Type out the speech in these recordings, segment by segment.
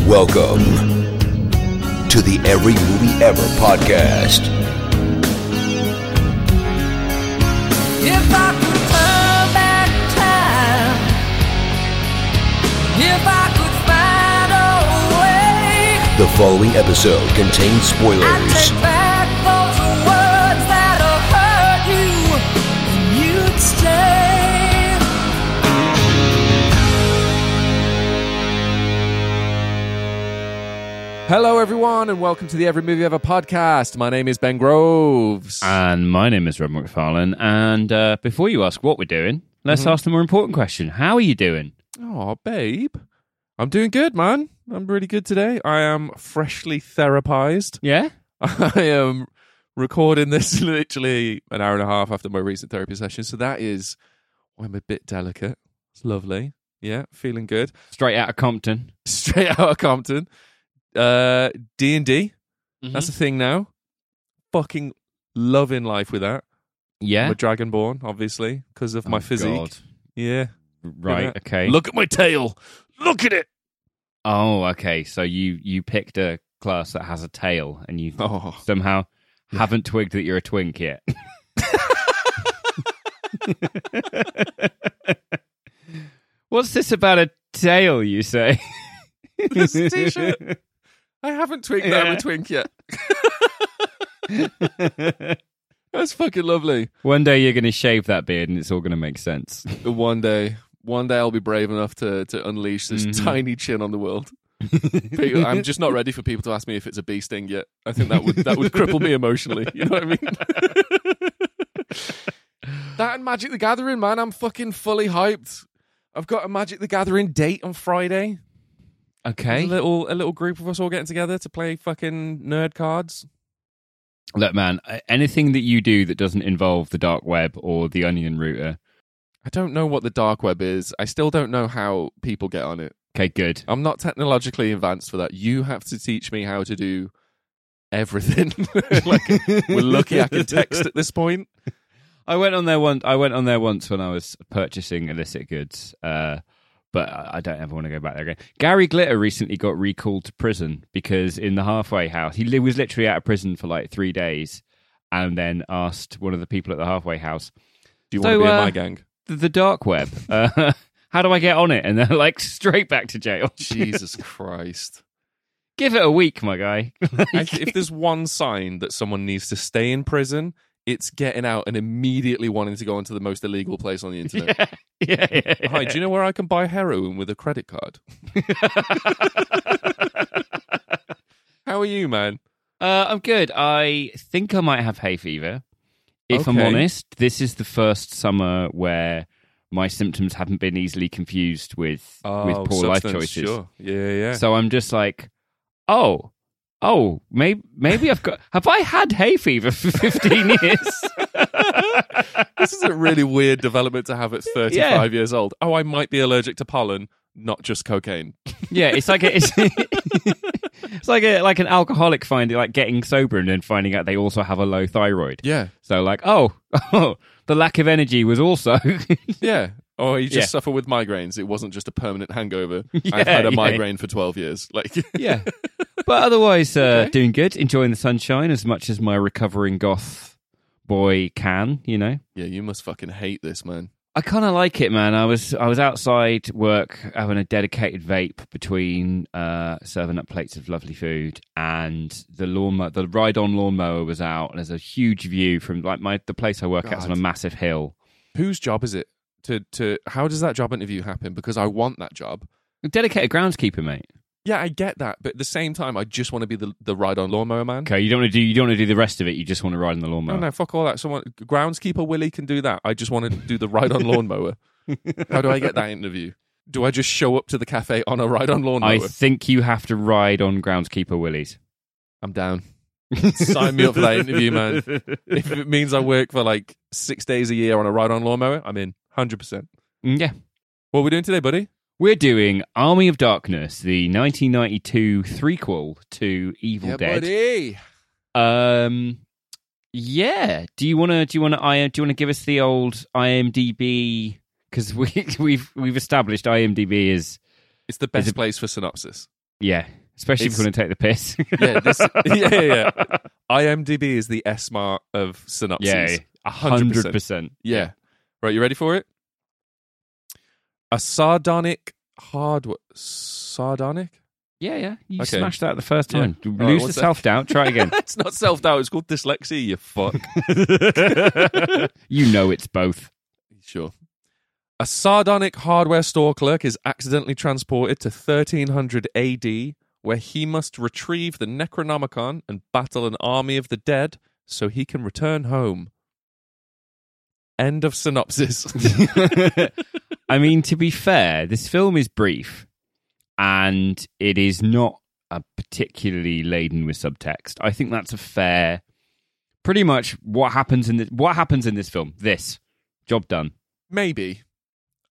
Welcome to the Every Movie Ever podcast. If I could turn back time, if I could find a way, The following episode contains I'd spoilers. take back those words that have hurt you, and you'd stay. Hello, everyone, and welcome to the Every Movie Ever podcast. My name is Ben Groves. And my name is Rob McFarlane. And uh, before you ask what we're doing, let's Mm-hmm. ask the more important question How are you doing? oh, babe, I'm doing good, man. I'm really good today. I am freshly therapized. Yeah? I am recording this literally an hour and a half after my recent therapy session, so that is why I'm a bit delicate. It's lovely. Yeah, feeling good. Straight out of Compton. Straight out of Compton. Uh, D and D. That's the thing now. Fucking loving life with that. Yeah. I'm a dragonborn, obviously, because of my Oh, physique. God. Yeah. Right, okay. Look at my tail. Look at it. Oh, okay. So you you picked a class that has a tail and you Oh. somehow haven't twigged that you're a twink yet. What's this about a tail, you say? This t-shirt. I haven't twinked that I'm a Yeah. twink yet. That's fucking lovely. One day you're going to shave that beard and it's all going to make sense. One day, one day I'll be brave enough to, to unleash this Mhm. tiny chin on the world. People- I'm just not ready for people to ask me if it's a bee sting yet. I think that would that would cripple me emotionally. You know what I mean? that and Magic the Gathering, man. I'm fucking fully hyped. I've got a Magic the Gathering date on Friday. Okay. A little a little group of us all getting together to play fucking nerd cards. Look, man, anything that you do that doesn't involve the dark web or the onion router, I don't know what the dark web is. I still don't know how people get on it. okay, good. I'm not technologically advanced for that. You have to teach me how to do everything. like we're lucky I can text at this point. I went on there once. I went on there once when I was purchasing illicit goods, uh, but I I don't ever want to go back there again. Gary Glitter recently got recalled to prison because in the halfway house, he li- was literally out of prison for like three days, and then asked one of the people at the halfway house, Do you So, want to be in uh, my gang? the, the dark web. Uh, how do I get on it? And they're like straight back to jail. Jesus Christ. Give it a week, my guy. I- if there's one sign that someone needs to stay in prison, it's getting out and immediately wanting to go onto the most illegal place on the internet. yeah, yeah, yeah, yeah. Hi, do you know where I can buy heroin with a credit card? How are you, man? Uh, I'm good. I think I might have hay fever. If I'm Okay. honest, this is the first summer where my symptoms haven't been easily confused with with poor life Oh, substance, choices. Sure. Yeah, yeah. So I'm just like, oh, oh, maybe maybe I've got have I had hay fever for 15 years? this is a really weird development to have at 35 Yeah. years old. Oh, I might be allergic to pollen, not just cocaine. yeah, it's like a, it's, it's like a like an alcoholic finding like getting sober and then finding out they also have a low thyroid. Yeah, So like, oh, oh, the lack of energy was also yeah. Or you just Yeah. suffer with migraines. It wasn't just a permanent hangover. Yeah, I've had a yeah. migraine for 12 years. Like, yeah. But otherwise, uh, doing good, enjoying the sunshine as much as my recovering goth boy can. You know, Yeah, you must fucking hate this, man. I kind of like it, man. I was I was outside work having a dedicated vape between uh, serving up plates of lovely food and the lawnmower. The ride on lawnmower was out, and there's a huge view from like my the place I work at's on a God. massive hill. Whose job is it to to how does that job interview happen? Because I want that job. Dedicated groundskeeper, mate. Yeah, I get that, but at the same time, I just want to be the the ride on lawnmower man. Okay, you don't want to do you don't want to do the rest of it. You just want to ride on the lawnmower. No, no, fuck all that. Someone groundskeeper Willie can do that. I just want to do the ride on lawnmower. how do I get that interview? Do I just show up to the cafe on a ride on lawnmower? I think you have to ride on groundskeeper Willie's. I'm down. Sign me up for that interview, man. If it means I work for like six days a year on a ride on lawnmower, I'm in hundred percent. Mm, Yeah. What are we doing today, buddy? We're doing Army of Darkness, the 1992 prequel to Evil Dead. buddy. Um, yeah. Do you want to? Do you want to? Do you want to give us the old IMDb? Because we, we've we've established IMDb is It's the best it- place for synopsis. yeah. especially if It's- you want to take the piss. Yeah, this, yeah, yeah, yeah. IMDb is the S mart of synopses. yeah, A hundred percent. Yeah. Right, you ready for it? A sardonic hard sardonic? Yeah, yeah. You Okay. smashed that the first Yeah. time. You All right, Lose one the sec. self doubt. Try again. it's not self doubt, it's called dyslexia, you fuck. you know it's both. sure. A sardonic hardware store clerk is accidentally transported to 1300 AD, where he must retrieve the Necronomicon and battle an army of the dead so he can return home. End of synopsis. I mean, to be fair, this film is brief and it is not uh particularly laden with subtext. I think that's a fair pretty much what happens in this, what happens in this film. This job done. Maybe.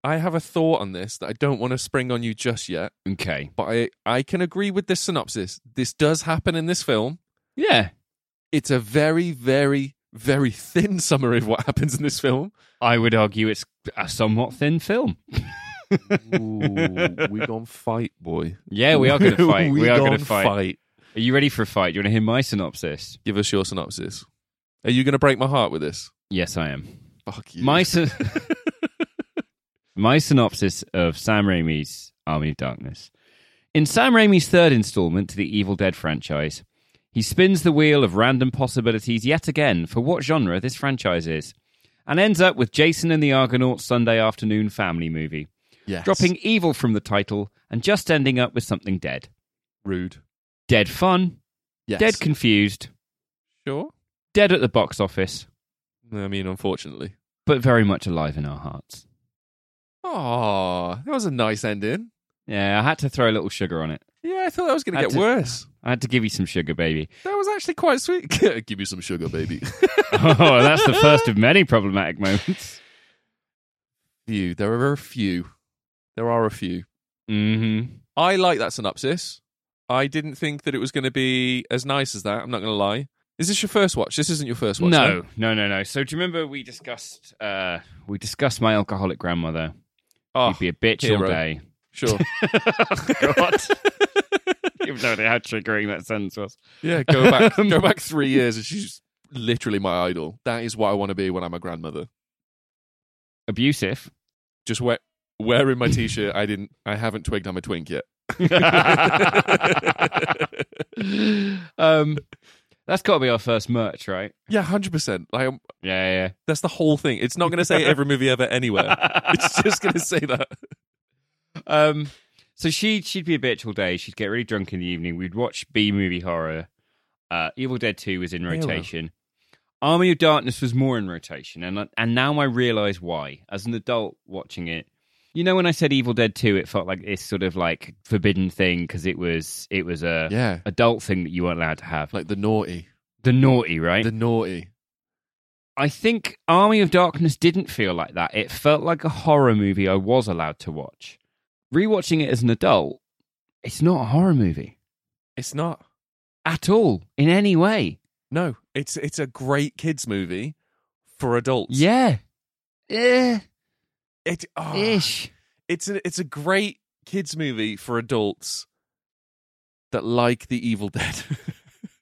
I have a thought on this that I don't want to spring on you just yet, Okay. but I, I can agree with this synopsis. This does happen in this film. Yeah. It's a very, very, very thin summary of what happens in this film. I would argue it's a somewhat thin film. Ooh, we gone fight, boy. Yeah, we are going to fight. we, are going to gone fight. Are you ready for a fight? Do you want to hear my synopsis? Give us your synopsis. Are you going to break my heart with this? Yes, I am. Fuck you. My syn- my synopsis of Sam Raimi's Army of Darkness. In Sam Raimi's third installment to the Evil Dead franchise, he spins the wheel of random possibilities yet again for what genre this franchise is, and ends up with Jason and the Argonauts Sunday afternoon family movie, Yes. dropping evil from the title and just ending up with something dead. rude. Dead fun, Yes. dead confused, sure. dead at the box office, I mean, unfortunately. but very much alive in our hearts. Oh, that was a nice ending. Yeah, I had to throw a little sugar on it. Yeah, I thought that was going to Had get to- worse. I had to give you some sugar, baby. That was actually quite sweet. Give me some sugar, baby. oh, that's the first of many problematic moments. few. There are a few. There are a few. Mm-hmm. I like that synopsis. I didn't think that it was going to be as nice as that. I'm not going to lie. Is this your first watch? This isn't your first watch. No, no, no, no. So do you remember we discussed uh we discussed my alcoholic grandmother? Oh, You'd be a bitch all hero. day. sure. God. you have no idea how triggering that sentence was. Yeah, go back. go back three years, and she's literally my idol. That is what I want to be when I'm a grandmother. Abusive. Just wear, wearing my t-shirt. I didn't. I haven't twigged I'm a twink yet. um that's gotta be our first merch, right? Yeah, hundred percent. Like I'm- Yeah, that's the whole thing. It's not going to say every movie ever anywhere. yeah. It's just going to say that. Um, so she she'd be a bitch all day. She'd get really drunk in the evening. We'd watch B movie horror. Uh, Evil Dead Two was in Halo. rotation. Army of Darkness was more in rotation, and uh, and now I realise why. As an adult watching it, you know, when I said Evil Dead Two, it felt like this sort of like forbidden thing because it was it was a Yeah, adult thing that you weren't allowed to have. like the naughty, the naughty, right? the naughty. I think Army of Darkness didn't feel like that. It felt like a horror movie I was allowed to watch. Rewatching it as an adult, it's not a horror movie It's not. at all in any way. No, it's it's a great kids movie for adults. Yeah. Eh, it, oh, ish. It's a it's a great kids movie for adults that like the Evil Dead.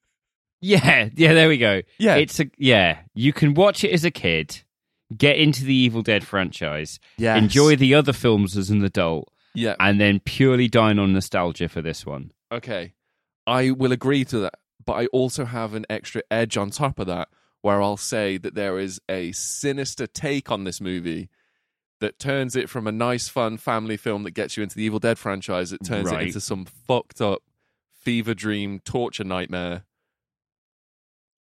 Yeah, yeah, there we go. yeah, It's a yeah, you can watch it as a kid, get into the Evil Dead franchise, yeah. enjoy the other films as an adult, yeah. and then purely dine on nostalgia for this one. Okay, I will agree to that, but I also have an extra edge on top of that where I'll say that there is a sinister take on this movie that turns it from a nice, fun family film that gets you into the Evil Dead franchise. It turns Right. it into some fucked up fever dream torture nightmare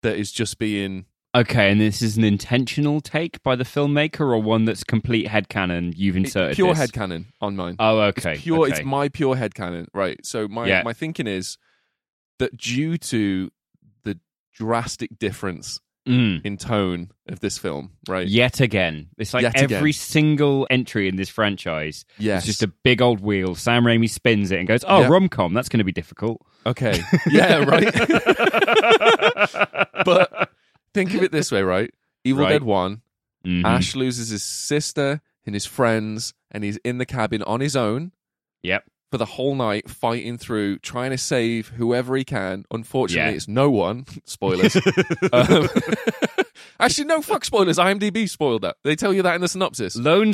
that is just being Okay, and this is an intentional take by the filmmaker or one that's complete headcanon you've inserted? pure this? headcanon on mine. Oh, okay. It's pure. okay. It's my pure head canon, right? So my Yeah. my thinking is that due to the drastic difference Mm. in tone of this film, right? Yet again. It's like Yet every again. single entry in this franchise. Yes. It's just a big old wheel. Sam Raimi spins it and goes, oh, Yeah. rom com, that's going to be difficult. okay. yeah. Right. but think of it this way, right? Evil Right. Dead One. Mhm. Ash loses his sister and his friends, and he's in the cabin on his own. Yep. for the whole night fighting through, trying to save whoever he can. Unfortunately, Yeah. it's no one. Spoilers. um, actually, no, fuck spoilers. IMDb spoiled that. They tell you that in the synopsis. Lone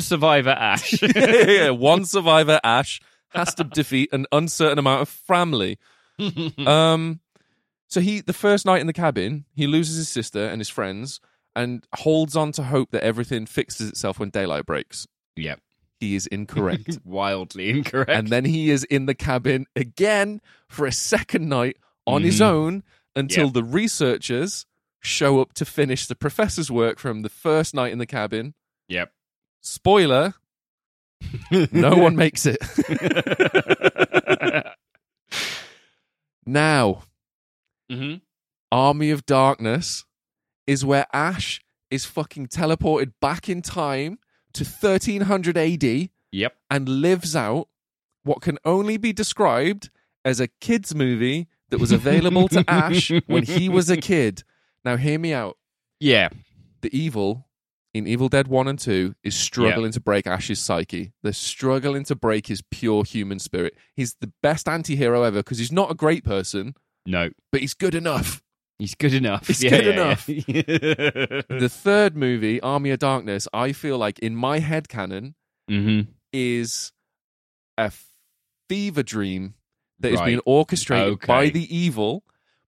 survivor Ash. Yeah, one survivor, Ash, has to defeat an uncertain amount of family. Um, so he, the first night in the cabin, he loses his sister and his friends, and holds on to hope that everything fixes itself when daylight breaks. yep. He is incorrect. Wildly incorrect. and then he is in the cabin again for a second night on his Mhm. own until Yep. the researchers show up to finish the professor's work from the first night in the cabin. yep. Spoiler, no one makes it. mm-hmm. Now, Mm-hmm. Army of Darkness is where Ash is fucking teleported back in time to 1300 AD Yep. and lives out what can only be described as a kids movie that was available to Ash when he was a kid. Now hear me out. Yeah. The evil in Evil Dead 1 and 2 is struggling to break Ash's psyche. They're struggling to break his pure human spirit. He's the best anti-hero ever because he's not a great person, No. but he's good enough. He's good enough. He's good enough. The third movie, Army of Darkness, I feel like in my head canon mm-hmm. is a fever dream that is Right. being orchestrated Okay. by the evil,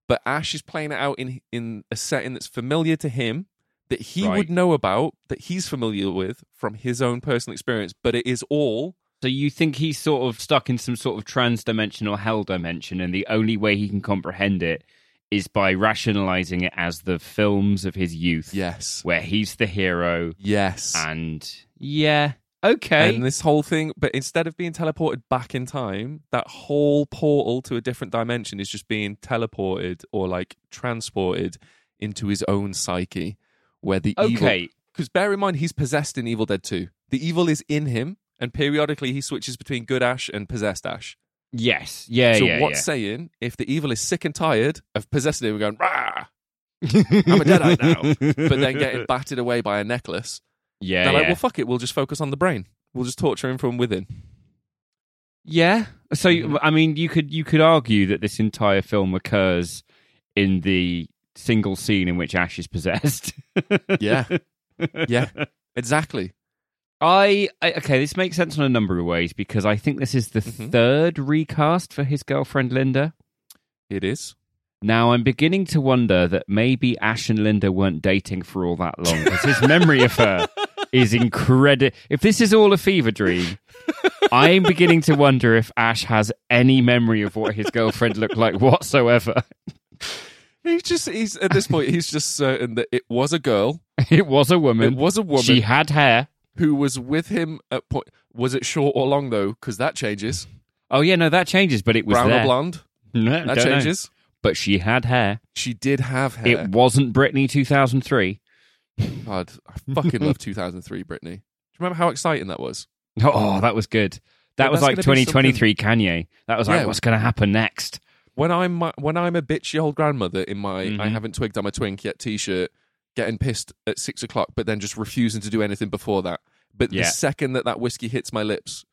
but Ash is playing it out in in a setting that's familiar to him that he Right. would know about that he's familiar with from his own personal experience, but it is all So you think he's sort of stuck in some sort of trans-dimensional hell dimension, and the only way he can comprehend it is by rationalizing it as the films of his youth, yes, where he's the hero, yes, and yeah, okay, and this whole thing. But instead of being teleported back in time, that whole portal to a different dimension is just being teleported or like transported into his own psyche, where the evil okay, because bear in mind he's possessed in Evil Dead 2. The evil is in him, and periodically he switches between good Ash and possessed Ash. yes, yeah, so Eh, yeah, what's saying if the evil is sick and tired of possessing him and going, Rah, I'm a Jedi now, but then getting battered away by a necklace, yeah, they're Eh, yeah. like, well, fuck it, we'll just focus on the brain. We'll just torture him from within. Yeah. So Mhm. I mean, you could you could argue that this entire film occurs in the single scene in which Ash is possessed. Yeah. yeah, exactly. I, I okay, this makes sense in a number of ways because I think this is the Mhm. third recast for his girlfriend Linda. It is. Now I'm beginning to wonder that maybe Ash and Linda weren't dating for all that long because his memory of her is incredible. If this is all a fever dream, I'm beginning to wonder if Ash has any memory of what his girlfriend looked like whatsoever. He's just, he's at this point, he's just certain that it was a girl, It was a woman. it was a woman She had hair. who was with him at point. Was it short or long though? Because that changes. Oh yeah, no, that changes. But it was Brown there. or blonde? No, That don't know. changes. But she had hair. She did have hair. It wasn't Britney 2003. God, I fucking love 2003 Britney. Do you remember how exciting that was? Oh, that was good. That Yeah, was that's like gonna be 2023 Kanye. That was like, Yeah. what's going to happen next? When I'm my, when I'm a bitchy old grandmother in my I Mhm. haven't twigged I'm a twink yet T-shirt, getting pissed at six o'clock, but then just refusing to do anything before that. But Yeah. the second that that whiskey hits my lips,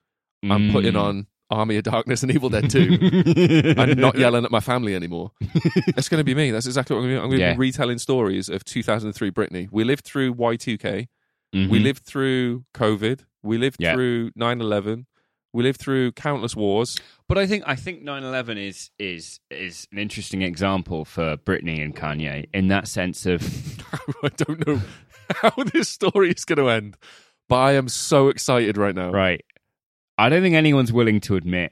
I'm Mm. putting on Army of Darkness and Evil Dead 2. too. I'm not yelling at my family anymore. That's going to be me. That's exactly what I'm going to do. I'm going to Yeah. be retelling stories of 2003 Britney. We lived through Y2K. Mm-hmm. We lived through COVID. We lived Yeah. through 9 11. We lived through countless wars. But I think I think 9/11 is is is an interesting example for Britney and Kanye in that sense of I don't know how this story is going to end, but I am so excited right now. right. I don't think anyone's willing to admit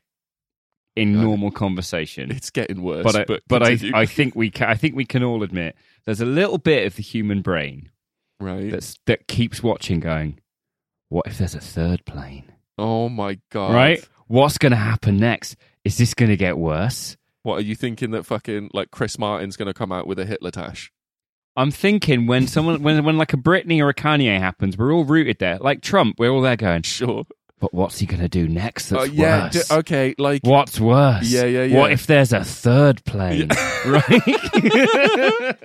in Right. normal conversation It's getting worse. but I, But, but, I, continue. I think we can, I think we can all admit there's a little bit of the human brain right. that's that keeps watching going what if there's a third plane Oh my God. right what's going to happen next is this going to get worse What are you thinking that fucking like Chris Martin's going to come out with a Hitler tash? I'm thinking when someone when when like a Britney or a Kanye happens we're all rooted there like Trump we're all there going Sure. but what's he going to do next Oh that's yeah. worse d- okay. Like, What's worse? Yeah, yeah, yeah. What if there's a third plane? Right?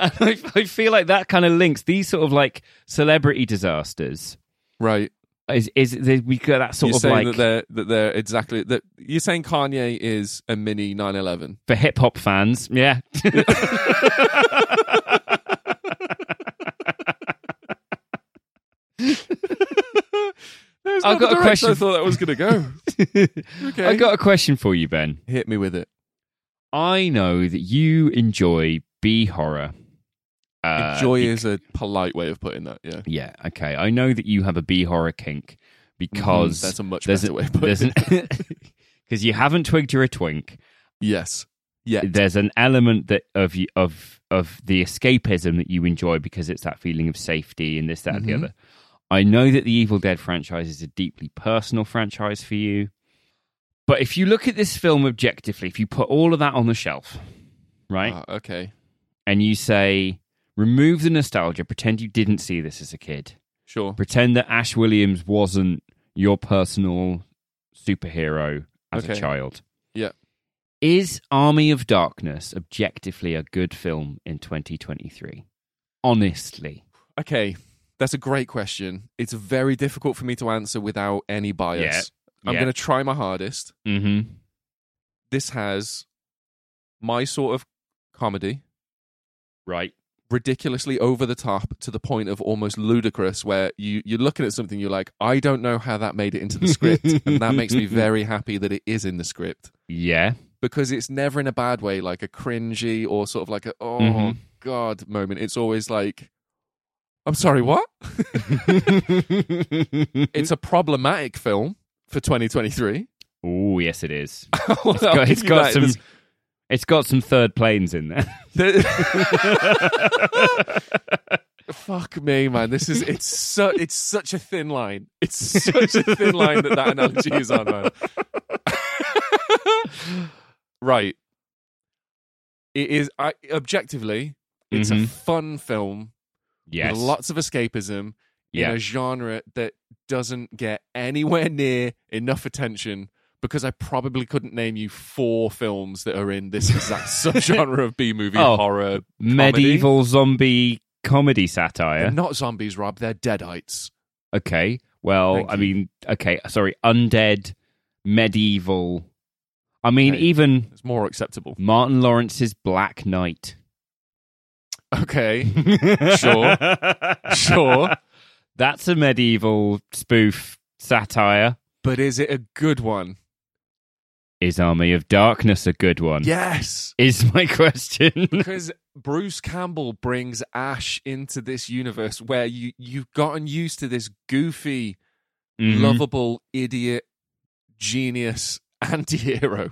And I, I feel like that kind of links these sort of like celebrity disasters right. Is is there, we got that sort you're of saying that like they're that they're exactly that. You're saying Kanye is a mini 911. for hip hop fans? Yeah, There's I've not got the direction a question. I thought that was going to go. okay, I got a question for you, Ben. hit me with it. I know that you enjoy B horror. Uh, Enjoy is a polite way of putting that. Yeah, Yeah, okay. I know that you have a B horror kink because Mhm, that's a much there's better way of putting it. because you haven't twigged you're a twink. Yes, yeah, There's an element that of you of of the escapism that you enjoy because it's that feeling of safety and this that and the Mhm. other. I know that the Evil Dead franchise is a deeply personal franchise for you, but if you look at this film objectively, if you put all of that on the shelf, right? Ah, okay, and you say, remove the nostalgia, pretend you didn't see this as a kid. sure. Pretend that Ash Williams wasn't your personal superhero as a Okay. child. Yeah. Is Army of Darkness objectively a good film in 2023? Honestly. Okay, that's a great question. It's very difficult for me to answer without any bias. I'm Yeah. going to try my hardest. Mm-hmm. This has my sort of comedy, Right. ridiculously over the top to the point of almost ludicrous, where you, you're looking at something, you're like, I don't know how that made it into the script. and that makes me very happy that it is in the script Yeah. because it's never in a bad way, like a cringy or sort of like a, oh, Mhm. God moment. It's always like, I'm sorry, what? it's a problematic film for 2023. oh, yes, it is. I'll Got- give it's you got that. some. There's- It's got some third planes in there. Fuck me, man. This is it's so it's such a thin line. It's such a thin line that that analogy is on, man. right. It is I, objectively, it's a Mhm. fun film Yes. with lots of escapism yeah. in a genre that doesn't get anywhere near enough attention because I probably couldn't name you four films that are in this exact subgenre of B movie Oh, horror. medieval zombie comedy satire. They're not zombies, Rob. They're deadites. okay. Well, Thank I you. mean, okay, sorry, undead medieval. I mean, Hey. even It's more acceptable. Martin Lawrence's Black Knight. Okay, Sure. sure. That's a medieval spoof satire. But is it a good one? Is Army of Darkness a good one? Yes. Is my question. Because Bruce Campbell brings Ash into this universe where you, you've gotten used to this goofy, Mhm. lovable, idiot, genius anti hero.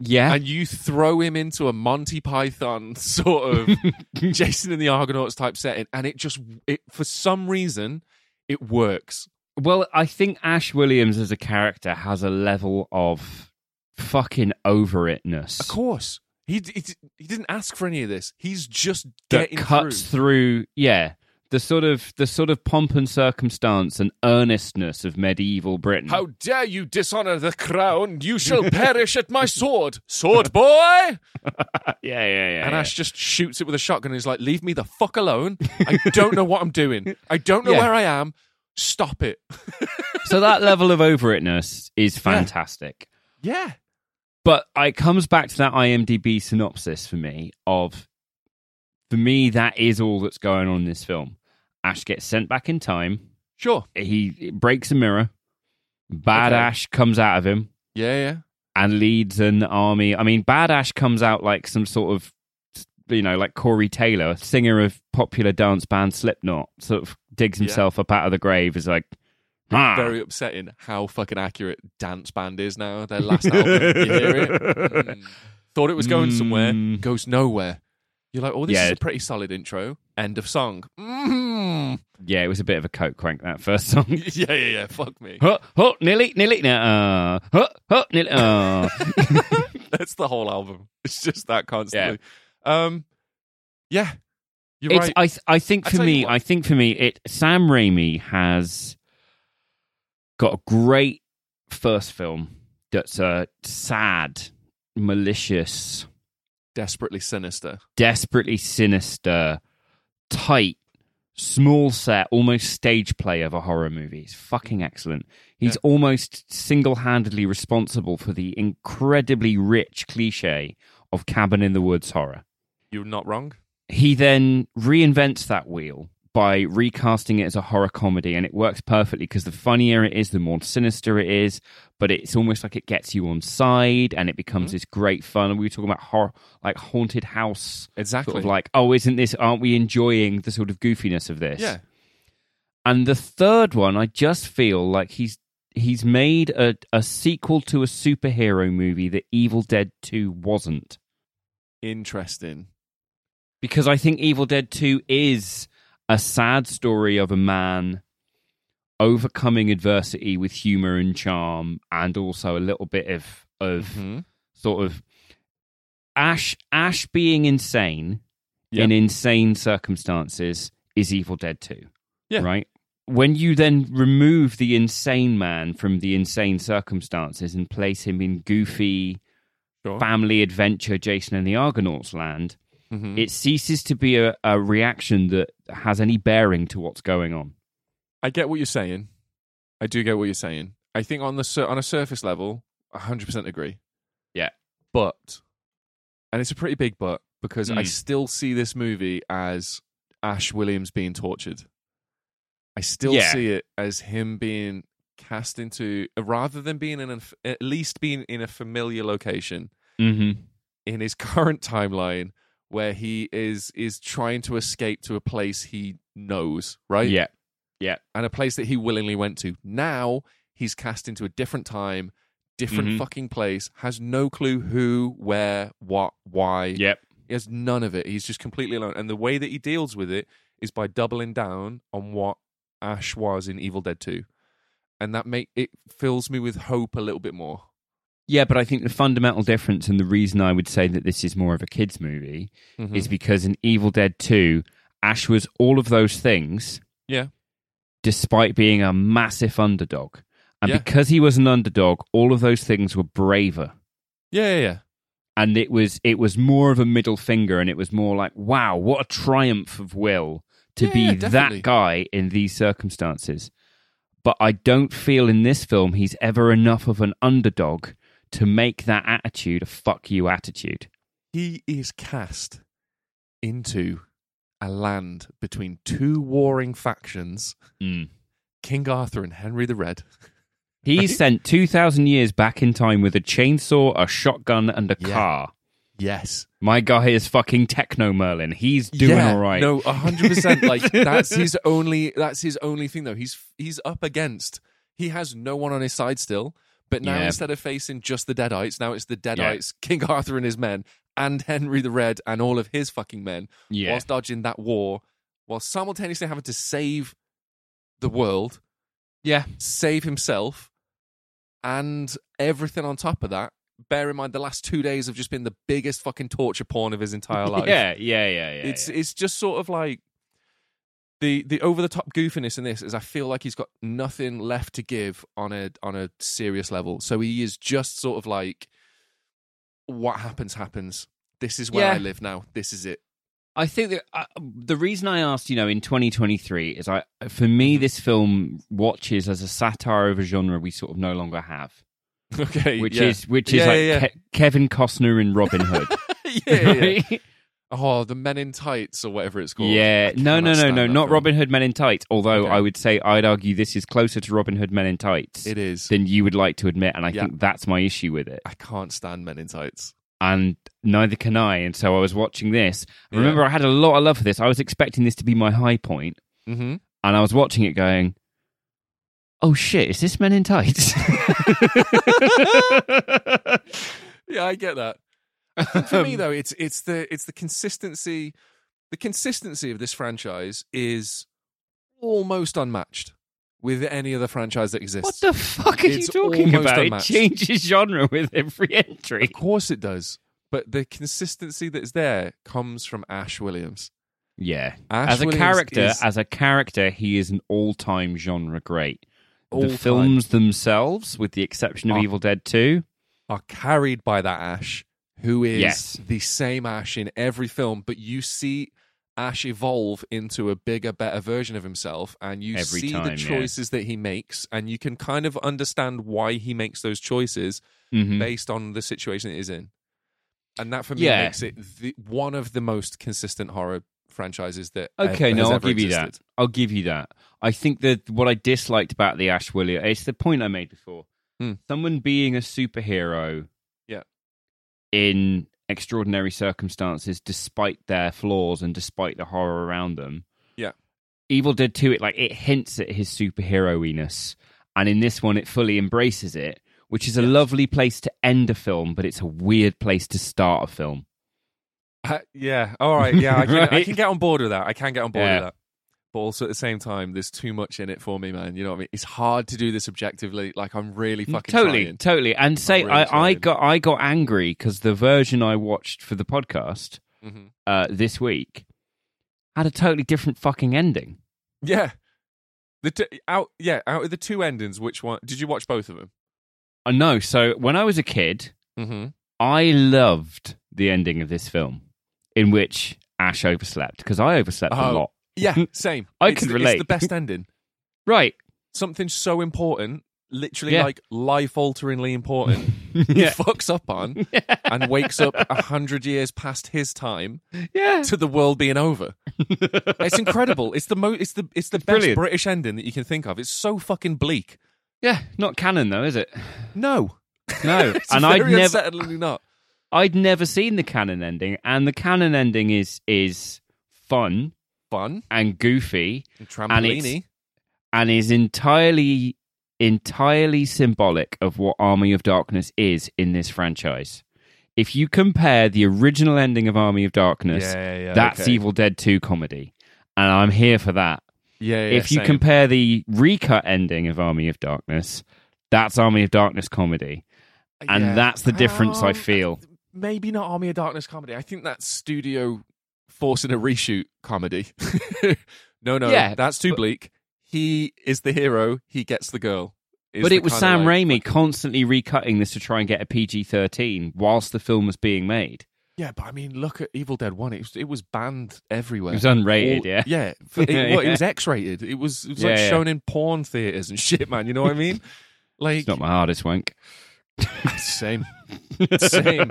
Yeah. and you throw him into a Monty Python sort of Jason and the Argonauts type setting, and it just it for some reason it works. Well, I think Ash Williams as a character has a level of fucking over itness. Of course, he d- he, d- he didn't ask for any of this. He's just that getting cuts through. through. yeah the sort of the sort of pomp and circumstance and earnestness of medieval britain How dare you dishonor the crown? You shall perish at my sword, sword boy! And yeah yeah yeah yeah. Ash just shoots it with a shotgun and is like, Leave me the fuck alone. I don't know what I'm doing. I don't know Yeah. where I am. Stop it. so that level of over itness is fantastic Yeah. but I- it comes back to that imdb synopsis for me of for me that is all that's going on in this film ash gets sent back in time Sure. he breaks a mirror bad Okay. ash comes out of him Yeah, yeah. and leads an army. I mean, Bad Ash comes out like some sort of, you know, like Corey Taylor, singer of popular dance band Slipknot, sort of digs Yeah. himself up out of the grave. Is like, ah. very upsetting how fucking accurate Dance Band is now. Their last album, you hear it? Hmm. Mm. Thought it was going somewhere, Mm. goes nowhere. You're like, oh, this Yeah. is a pretty solid intro. End of song. Mm. "Ah." yeah, it was a bit of a coke crank that first song. Yeah, yeah, yeah. Fuck me. Huh, huh, nearly, nearly, nah, uh, huh, huh, nearly, uh. That's the whole album. It's just that constantly. Um, yeah, you're it's, right. I, th- I think I for tell you me, what. I think for me, it Sam Raimi has got a great first film that's a sad, malicious, Desperately sinister. desperately sinister, tight, small set, almost stage play of a horror movie. It's fucking excellent. He's almost single handedly responsible for the incredibly rich cliche of cabin in the woods horror You're not wrong. he then reinvents that wheel by recasting it as a horror comedy and it works perfectly because the funnier it is the more sinister it is but it's almost like it gets you on side and it becomes this great fun and we were talking about horror like haunted house Exactly. sort of like oh isn't this aren't we enjoying the sort of goofiness of this yeah. and the third one, I just feel like he's he's made a, a sequel to a superhero movie that Evil Dead 2 wasn't. Interesting. Because I think Evil Dead 2 is a sad story of a man overcoming adversity with humor and charm and also a little bit of of Mhm. sort of Ash Ash being insane Yeah. in insane circumstances is Evil Dead 2. Yeah. Right? When you then remove the insane man from the insane circumstances and place him in goofy Sure. family adventure Jason and the Argonauts land, Mhm. it ceases to be a, a reaction that has any bearing to what's going on. I get what you're saying. I do get what you're saying. I think on the sur- on a surface level, 100% agree. Yeah. But and it's a pretty big but because I Mm. still see this movie as Ash Williams being tortured. I still Yeah. see it as him being cast into rather than being in an, at least being in a familiar location Mm-hmm. in his current timeline where he is is trying to escape to a place he knows, right? Yeah. and a place that he willingly went to. Now he's cast into a different time, different Mhm. fucking place, has no clue who, where, what, why. Yep. He has none of it. He's just completely alone. And the way that he deals with it is by doubling down on what Ash was in Evil Dead 2. And that make it fills me with hope a little bit more. Yeah, but I think the fundamental difference and the reason I would say that this is more of a kids movie Mhm. is because in Evil Dead 2, Ash was all of those things Yeah. despite being a massive underdog. And Yeah. because he was an underdog, all of those things were braver. Yeah, yeah, yeah. And it was it was more of a middle finger and it was more like, wow, what a triumph of will to Yeah, be yeah, definitely. that guy in these circumstances. But I don't feel in this film he's ever enough of an underdog to make that attitude a fuck you attitude. He is cast into a land between two warring factions, King Arthur and Henry the Red. He's sent 2,000 years back in time with a chainsaw, a shotgun, and a Yeah. car. Yes. My guy is fucking Techno Merlin. He's doing all right. No, hundred percent. Like that's his only. That's his only thing though. He's he's up against. He has no one on his side still. But now Yeah. instead of facing just the Deadites, now it's the Deadites, King Arthur and his men, and Henry the Red and all of his fucking men, Yeah. whilst dodging that war, while simultaneously having to save the world, yeah. save himself, and everything on top of that. Bear in mind, the last two days have just been the biggest fucking torture porn of his entire life Yeah, yeah, yeah, yeah. it's yeah. it's just sort of like the the over the top goofiness in this is I feel like he's got nothing left to give on a on a serious level. So he is just sort of like what happens happens. This is where I Yeah. live now. This is it. I think that uh, the reason I asked, you know, in 2023 is I, for me, this film watches as a satire of a genre we sort of no longer have, Okay. which yeah. is which Yeah, is like yeah, yeah. Ke- Kevin Costner in Robin Hood. yeah, yeah, yeah. right? Oh, the men in tights or whatever it's called. Yeah, I no, cannot no, no, stand no, that not film. Robin Hood Men in Tights. Although Okay. I would say I'd argue this is closer to Robin Hood Men in Tights It is. than you would like to admit, and I Yeah. think that's my issue with it. I can't stand men in tights. And neither can I, and so I was watching this. I Yeah. Remember, I had a lot of love for this. I was expecting this to be my high point, Mm-hmm. and I was watching it going, "Oh shit, is this Men in Tights?" yeah, I get that. I think for me though, it's it's the it's the consistency the consistency of this franchise is almost unmatched with any other franchise that exists. what the fuck are It's you talking almost about? unmatched. It changes genre with every entry. of course it does. But the consistency that is there comes from Ash Williams. Yeah. Ash as a Williams character, is- as a character, he is an all-time genre great. All the time. films themselves, with the exception of Are- Evil Dead Two, are carried by that Ash, who is Yes. the same Ash in every film, but you see Ash evolve into a bigger, better version of himself, and you Every see time, yeah. the choices that he makes, and you can kind of understand why he makes those choices Mhm. based on the situation it is in. And that for me Yeah. makes it the, one of the most consistent horror franchises that ev- Okay, has no, I'll ever give you existed. that. I'll give you that. I think that what I disliked about the Ash Williams, it's the point I made before. Hmm. Someone being a superhero, Yeah. in extraordinary circumstances, despite their flaws and despite the horror around them. Yeah. Evil Dead Two, it like it hints at his superheroiness, and in this one, it fully embraces it, which is a lovely place to end a film, but it's a weird place to start a film. Uh, yeah. All right. Yeah, I can, I Right? can get on board with that. I can get on board Yeah. with that. But also at the same time, there's too much in it for me, man. You know what I mean? It's hard to do this objectively. Like I'm really fucking Mm, totally, trying. totally. And say really I, I trying. got I got angry because the version I watched for the podcast Mhm. uh, this week had a totally different fucking ending. Yeah. The t- out. Yeah. Out of the two endings, which one did you watch? Both of them. I know. So when I was a kid, Mm-hmm. I loved the ending of this film, in which Ash overslept because I overslept a Oh. lot. Yeah. Same. I It's can the- It's relate. the best ending. Right? Something so important, literally Yeah. like life-alteringly important. yeah. He fucks up on and wakes up a hundred years past his time. yeah. to the world being over. it's incredible. It's the mo- it's the it's the best brilliant. British ending that you can think of. It's so fucking bleak. Yeah. Not canon though, is it? No. No. It's and very I'd never unsettlingly not. I'd never seen the canon ending, and the canon ending is is fun Fun and goofy and And it's- trampolini. and is entirely entirely symbolic of what Army of Darkness is in this franchise. If you compare the original ending of Army of Darkness, Yeah, yeah, yeah, that's okay. Evil Dead 2 comedy. And I'm here for that. Yeah, yeah, if you same. compare the recut ending of Army of Darkness, that's Army of Darkness comedy. And Yeah. that's the difference I Um, feel. Maybe not Army of Darkness comedy. I think that's studio forcing a reshoot comedy. no, no, Yeah, that's too but- bleak. He is the hero. He gets the girl. is But the it was kinda Sam like- Raimi constantly recutting this to try and get a PG 13 whilst the film was being made. Yeah, but I mean, look at Evil Dead One. It was it was banned everywhere. It was unrated, All- yeah. Yeah. for- it, Yeah, well, it yeah. was X rated. It was, it was like Yeah, yeah. shown in porn theaters and shit, man. You know what I mean? Like, It's not my hardest wank. same. Same.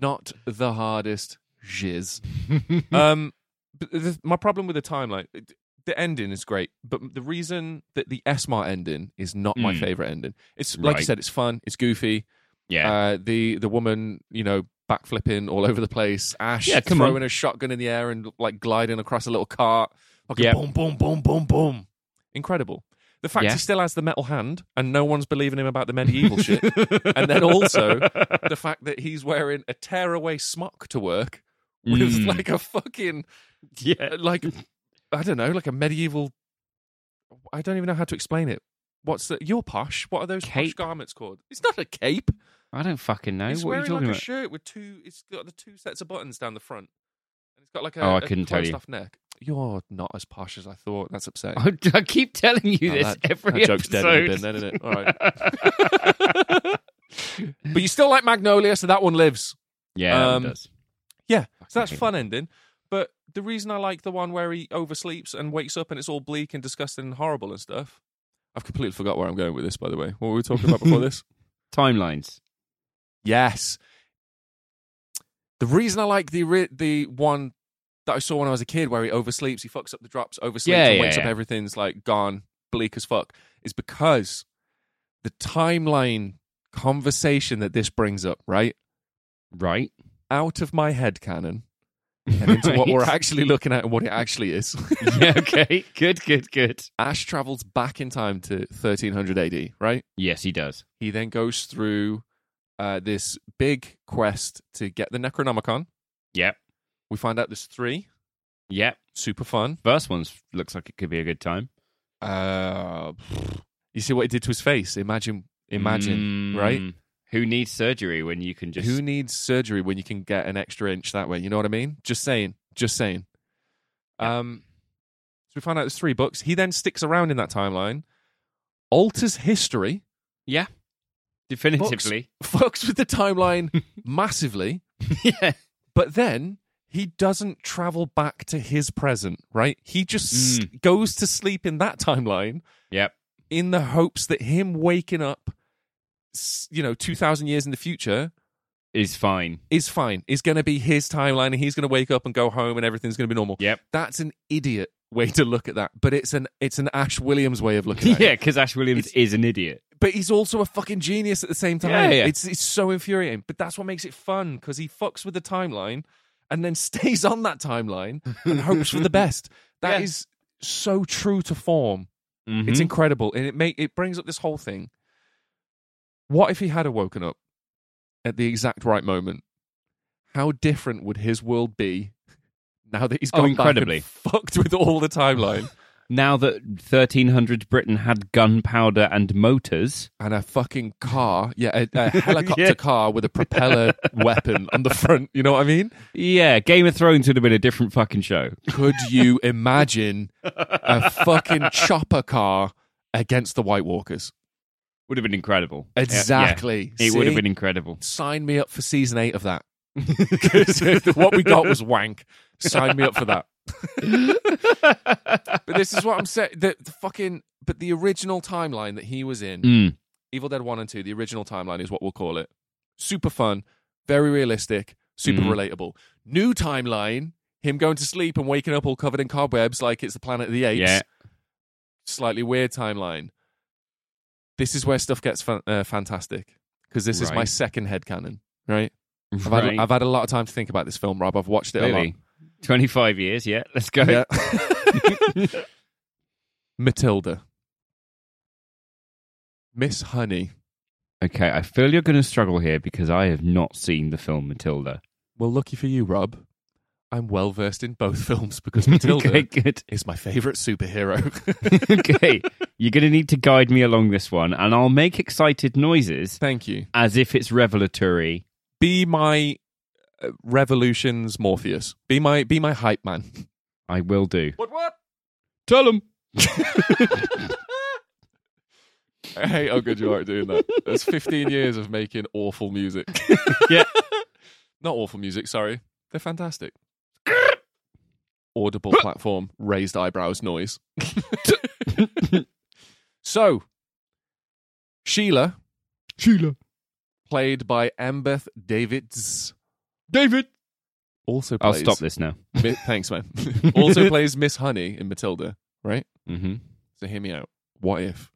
Not the hardest jizz. um, but the, my problem with the timeline, it- the ending is great, but the reason that the S Mart ending is not my Mm. favorite ending. It's like I Right. said, it's fun, it's goofy. Yeah. Uh, the the woman, you know, backflipping all over the place. Ash Yeah, come throwing on. a shotgun in the air and like gliding across a little cart. Fucking Yep. boom, boom, boom, boom, boom. Incredible. The fact Yeah. he still has the metal hand and no one's believing him about the medieval shit. And then also the fact that he's wearing a tearaway smock to work with Mm. like a fucking yeah. like I don't know, like a medieval I don't even know how to explain it. What's the you're posh? What are those posh Cape. garments called? It's not a cape. I don't fucking know. He's what are wearing you talking like a about? shirt with two. It's got the two sets of buttons down the front, and it's got like a, Oh, I a couldn't tell you. closed off neck. You're not as posh as I thought. That's upsetting. I keep telling you Oh, this that- every that joke's episode. dead in the bin, then, isn't it? All right. but you still like Magnolia, so that one lives. Yeah, that Um, one does. Yeah, so that's hate fun ending. But the reason I like the one where he oversleeps and wakes up and it's all bleak and disgusting and horrible and stuff. I've completely forgot where I'm going with this, by the way. What were we talking about before this? timelines. Yes. The reason I like the ri- the one that I saw when I was a kid, where he oversleeps, he fucks up the drops, oversleeps, Yeah, and yeah, wakes up, yeah. everything's like gone, bleak as fuck, is because the timeline conversation that this brings up, right, Right. out of my head canon and into what Right. we're actually looking at and what it actually is. yeah, okay. Good, good, good. Ash travels back in time to 1300 AD, right? Yes, he does. He then goes through uh, this big quest to get the Necronomicon. Yep. We find out there's three. Yep. Super fun. First one looks like it could be a good time. Uh, you see what it did to his face. Imagine, imagine. right? Mm. Who needs surgery when you can just Who needs surgery when you can get an extra inch that way? You know what I mean? Just saying. Just saying. Um, so we find out there's three books. He then sticks around in that timeline, alters history, Yeah. Definitively. fucks with the timeline massively, yeah. but then he doesn't travel back to his present, right? He just s- Mm. goes to sleep in that timeline Yep. in the hopes that him waking up, s- you know, 2,000 years in the future Is fine. is fine, is going to be his timeline and he's going to wake up and go home and everything's going to be normal. Yep. That's an idiot way to look at that, but it's an it's an Ash Williams way of looking at Yeah, it. because Ash Williams is an idiot. But he's also a fucking genius at the same time. Yeah, yeah. It's it's so infuriating, but that's what makes it fun because he fucks with the timeline and then stays on that timeline and hopes for the best. That Yeah. is so true to form. Mhm. It's incredible, and it make it brings up this whole thing. What if he had woken up at the exact right moment? How different would his world be now that he's Oh, gone incredibly. back and fucked with all the timeline now that 1300 Britain had gunpowder and motors. and a fucking car, yeah, a, a helicopter Yeah. car with a propeller weapon on the front. You know what I mean? Yeah, Game of Thrones would have been a different fucking show. Could you imagine a fucking chopper car against the White Walkers? Would have been incredible. Yeah, yeah. Exactly. It would have See? been incredible. sign me up for season eight of that. 'Cause if what we got was wank. Sign me up for that. but this is what I'm saying. The, the fucking but the original timeline that he was in, Mm. Evil Dead One and Two, the original timeline is what we'll call it. Super fun, very realistic, super Mhm. relatable. New timeline, him going to sleep and waking up all covered in cobwebs like it's the Planet of the Apes. Yeah. Slightly weird timeline. This is where stuff gets fan- uh, fantastic because this is my Right. second headcanon, right? I've, Right. had, I've had a lot of time to think about this film, Rob. I've watched it Really? 25 years, yeah. Let's go. a lot. Yeah. Matilda. Miss Honey. Okay, I feel you're going to struggle here because I have not seen the film Matilda. Well, lucky for you, Rob. I'm well versed in both films because Matilda okay, good. is my favorite superhero. okay, you're going to need to guide me along this one, and I'll make excited noises Thank you. as if it's revelatory. Be my uh, revolutions Morpheus. Be my be my hype man. I will do. What what? Tell them. I hate how good you are at doing that. That's 15 years of making awful music. Yeah. Not awful music, sorry. They're fantastic. Audible platform, raised eyebrows noise. so, Sheila, Sheila. played by Ambeth Davids, David. also I'll plays. stop this now. Mi- thanks, man. also plays Miss Honey in Matilda, right? hmm So, hear me out. What if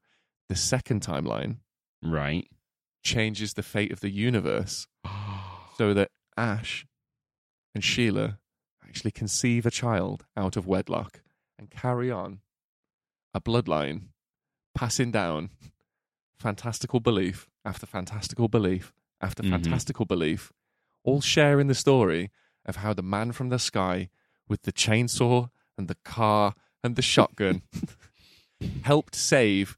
the second timeline Right. changes the fate of the universe so that Ash and Sheila actually conceive a child out of wedlock and carry on a bloodline passing down fantastical belief after fantastical belief after Mhm. fantastical belief, all sharing the story of how the man from the sky with the chainsaw and the car and the shotgun helped save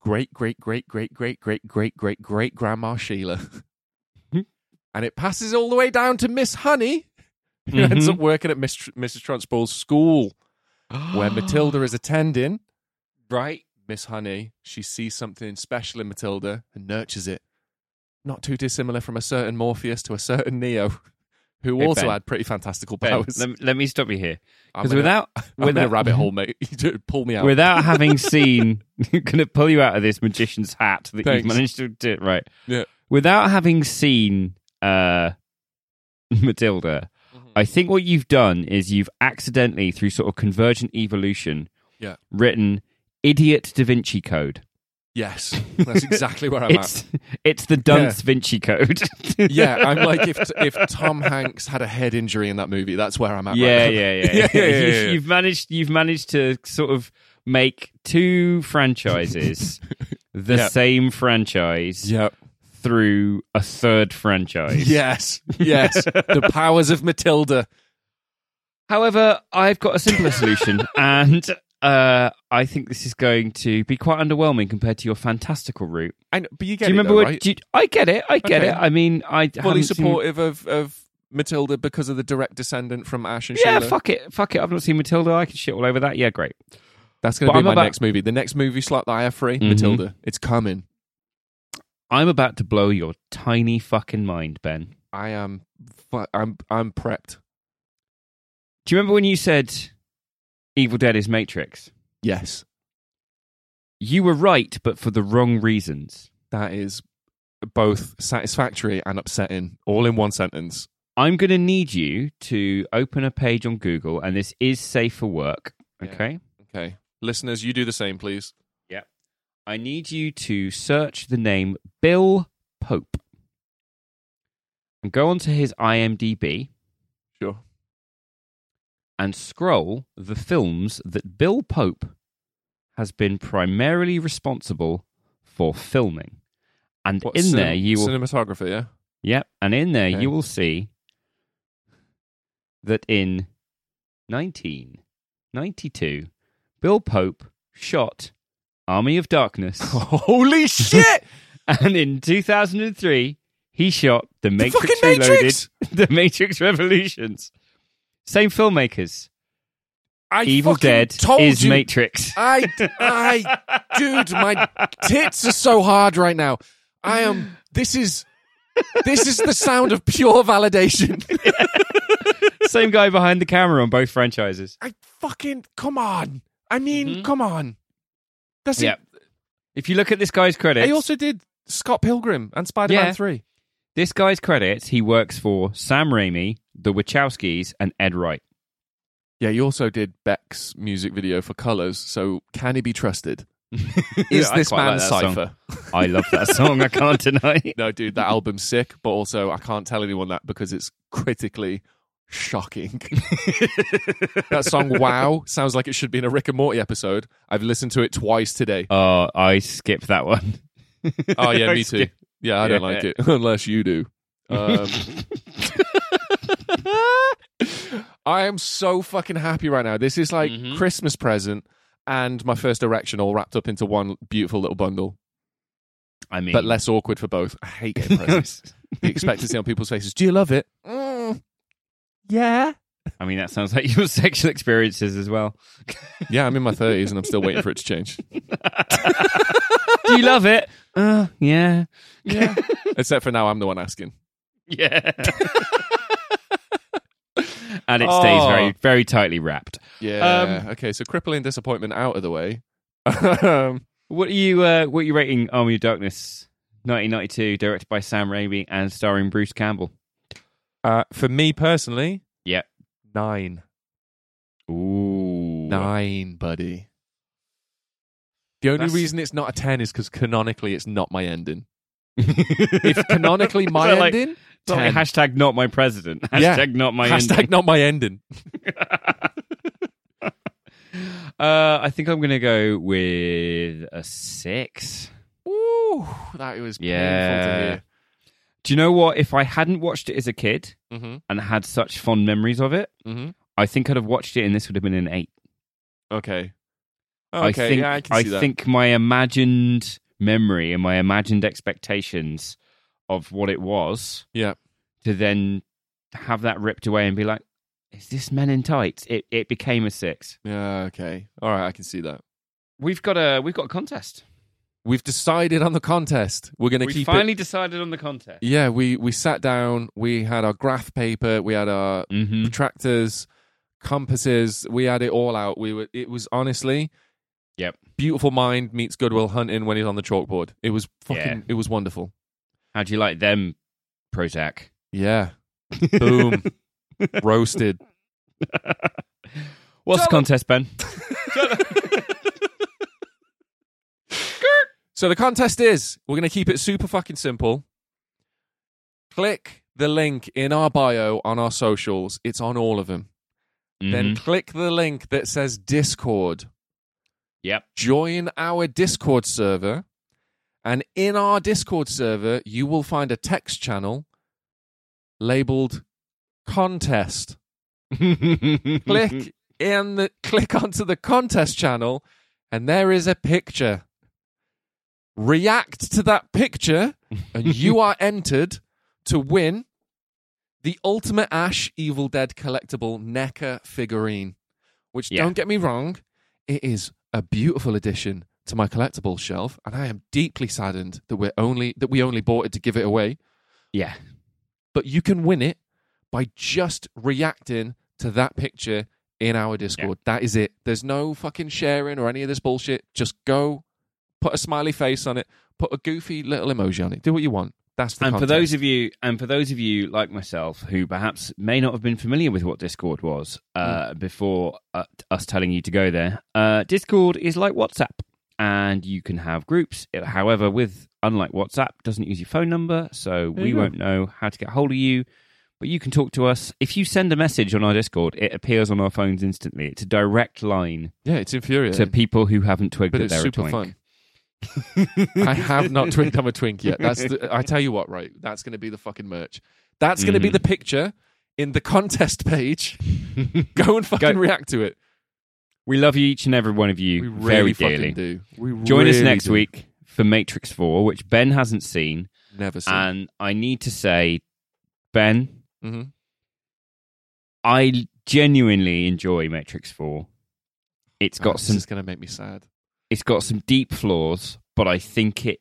great great great great great great great great great grandma Sheila. and it passes all the way down to Miss Honey, who ends Mhm. up working at Miss Tr- Mrs. Trunchbull's school where Matilda is attending. Right. Miss Honey, she sees something special in Matilda and nurtures it. Not too dissimilar from a certain Morpheus to a certain Neo, who Hey, also Ben. had pretty fantastical Ben, powers. lem- let me stop you here. I'm Because in a- without, I'm in without a rabbit hole, mate. You do- Pull me out. without having seen, going to pull you out of this magician's hat that Thanks. you've managed to do. Right. Yeah. Without having seen uh, Matilda, Mm-hmm. I think what you've done is you've accidentally, through sort of convergent evolution, Yeah. written idiot Da Vinci Code. yes, that's exactly where I'm at. It's it's the Dunce Vinci Code. Yeah, I'm like if if Tom Hanks had a head injury in that movie, that's where I'm at. right yeah, now. yeah, yeah, Yeah, yeah, yeah, You've- yeah. You've managed, you've managed to sort of make two franchises the Yeah. same franchise Yep. through a third franchise. Yes. Yes. the powers of Matilda. However, I've got a simpler solution, and uh, I think this is going to be quite underwhelming compared to your fantastical route. And but you get Do you it remember though, what? right? do you- I get it. I get Okay. it. I mean, I fully haven't Seen, supportive of of Matilda because of the direct descendant from Ash and yeah, Sheila. fuck it, fuck it. I've not seen Matilda. I can shit all over that. Yeah, great. That's going to But be I'm my about- next movie. The next movie slot that I have free, Mhm. Matilda. It's coming. I'm about to blow your tiny fucking mind, Ben. I am. fu- I'm. I'm prepped. Do you remember when you said Evil Dead is Matrix? Yes. You were right, but for the wrong reasons. That is both satisfactory and upsetting, all in one sentence. I'm going to need you to open a page on Google, and this is safe for work. Yeah. Okay. Okay. Listeners, you do the same, please. I need you to search the name Bill Pope and go onto his IMDb Sure. and scroll the films that Bill Pope has been primarily responsible for filming. And What, in cin- there you will cinematographer, yeah. Yep, and in there Okay. you will see that in 1992 Bill Pope shot Army of Darkness. Holy shit! And in 2003, he shot The Matrix fucking Reloaded, Matrix! The Matrix Revolutions. Same filmmakers. I Evil fucking Dead told is you. Matrix. I, I, dude, my tits are so hard right now. I am. This is, this is the sound of pure validation. Same guy behind the camera on both franchises. I fucking come on. I mean, Mm-hmm. come on. That's Yep. If you look at this guy's credits, it. I also did Scott Pilgrim and Spider-Man Yeah. Three. this guy's credits, he works for Sam Raimi, the Wachowskis, and Ed Wright. Yeah, you also did Beck's music video for Colors. So can he be trusted? Is I this quite man like that song. Cipher? I love that song. I can't deny. it. No, dude, that album's sick. But also, I can't tell anyone that because it's critically shocking. that song "Wow" sounds like it should be in a Rick and Morty episode. I've listened to it twice today. Oh, I skipped that one. Oh yeah, I me too. skipped- Yeah, I don't Yeah. like it unless you do. Um, I am so fucking happy right now. This is like Mhm. Christmas present and my first erection all wrapped up into one beautiful little bundle, I mean, but less awkward for both. I hate getting presents. the expectancy on people's faces. Do you love it? Mm. Yeah. I mean, that sounds like your sexual experiences as well. Yeah, I'm in my 30s and I'm still waiting for it to change. Do you love it? Uh, yeah. Yeah. Except for now, I'm the one asking. Yeah. and it stays Oh. very, very tightly wrapped. Yeah. okay, so crippling disappointment out of the way. um, What are you, uh, what are you rating Army of Darkness 1992, directed by Sam Raimi and starring Bruce Campbell? uh, for me personally, Yeah. nine. Ooh. Nine, buddy. The only That's- reason it's not a 10 is because canonically it's not my ending. if If canonically my like, ending, it's not like 10. hashtag not my president. Yeah. Hashtag not my hashtag ending. not my ending. Uh, I think I'm going to go with a six. Ooh, that was Yeah. Do you know what? If I hadn't watched it as a kid painful to hear. and had such fond memories of it, Mm-hmm. Mm-hmm. I think I'd have watched it and this would have been an eight. Okay. I think think my imagined memory and my imagined expectations of what it was Yeah. to then have that ripped away and be like, is this men in tights? It it became a six. Yeah. Okay. All right. I can see that. We've got a we've got a contest. We've decided on the contest. We're going to We keep finally decided on the contest. it. Yeah. We we sat down. We had our graph paper. We had our Mm-hmm. protractors, compasses. We had it all out. We were. It was honestly. Yep. Beautiful mind meets Goodwill Hunting when he's on the chalkboard. It was fucking. Yeah. It was wonderful. How do you like them, Prozac? Yeah. Boom. Roasted. What's the contest, Ben? So the contest is we're going to keep it super fucking simple. Click the link in our bio on our socials. It's on all of them. Then Mhm. click the link that says Discord. Yep. Join our Discord server. And in our Discord server, you will find a text channel labeled contest. Click in the click onto the contest channel and there is a picture. React to that picture and you are entered to win the Ultimate Ash Evil Dead collectible NECA figurine, which Yeah. don't get me wrong, it is a beautiful addition to my collectible shelf, and I am deeply saddened that we're only that we only bought it to give it away. Yeah. But you can win it by just reacting to that picture in our Discord. That is it. There's no fucking sharing or any of this bullshit. Just go, put a smiley face on it, put a goofy little emoji on it. Do what you want. That's the and for content. those of you and for those of you like myself who perhaps may not have been familiar with what discord was uh, Mm. before uh, us telling you to go there uh, discord is like whatsapp and you can have groups it, however with unlike whatsapp doesn't use your phone number so we won't know how to get hold of you but you can talk to us if you send a message on our discord it appears on our phones instantly it's a direct line yeah, it's infuriating. to people who haven't twigged but that it's they're super a twink. fun. I have not twinked. I'm a twink yet. That's the, I tell you what, right? That's going to be the fucking merch. That's going to Mm. be the picture in the contest page. Go and fucking Go. react to it. we love you each and every one of you We really very fucking dearly do. We Join us really next do. week for Matrix 4, which Ben hasn't seen. Never seen. And I need to say, Ben, hmm I genuinely enjoy Matrix 4. It's got some going to make me sad. it's got some deep flaws, but I think it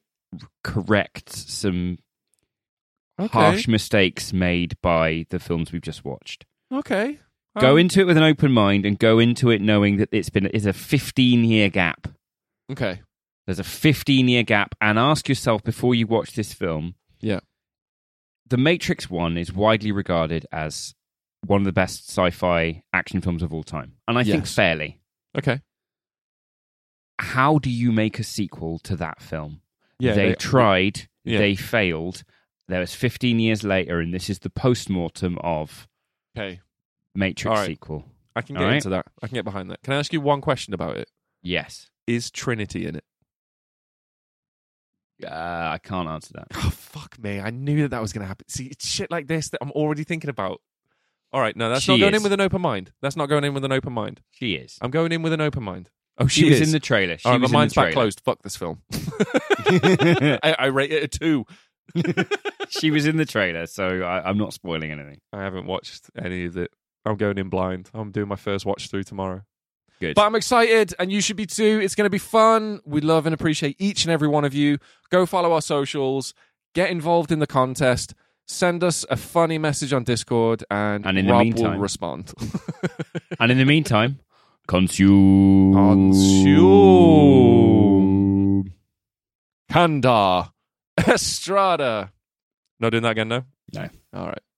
corrects some harsh mistakes made by the films we've just watched. Okay. Go Um, into it with an open mind and go into it knowing that it's been it's a 15-year gap. Okay. There's a 15 year gap, and ask yourself before you watch this film. Yeah. The Matrix 1 is widely regarded as one of the best sci fi action films of all time. And I think Yes. fairly. Okay. How do you make a sequel to that film? Yeah. they, tried, Yeah. they failed. There was 15 years later, and this is the post mortem of Okay. Matrix All right. sequel. I can All get right. into that. I can get behind that. Can I ask you one question about it? Yes. Is Trinity in it? Uh, I can't answer that. Oh, fuck me. I knew that that was going to happen. See, it's shit like this that I'm already thinking about. All right. No, that's She not going is. in with an open mind. That's not going in with an open mind. She is. I'm going in with an open mind. Oh, She, was in the trailer. She All right, my was mind's in back the closed. Fuck this film. trailer. I, I rate it a two. she was in the trailer, so I, I'm not spoiling anything. I haven't watched any of it. I'm going in blind. I'm doing my first watch through tomorrow. Good. But I'm excited, and you should be too. It's going to be fun. We love and appreciate each and every one of you. Go follow our socials, get involved in the contest, send us a funny message on Discord, and, And in the Rob will meantime- respond. and in the meantime, consume. Consume. Kandar Estrada. Not doing that again, no? No. All right.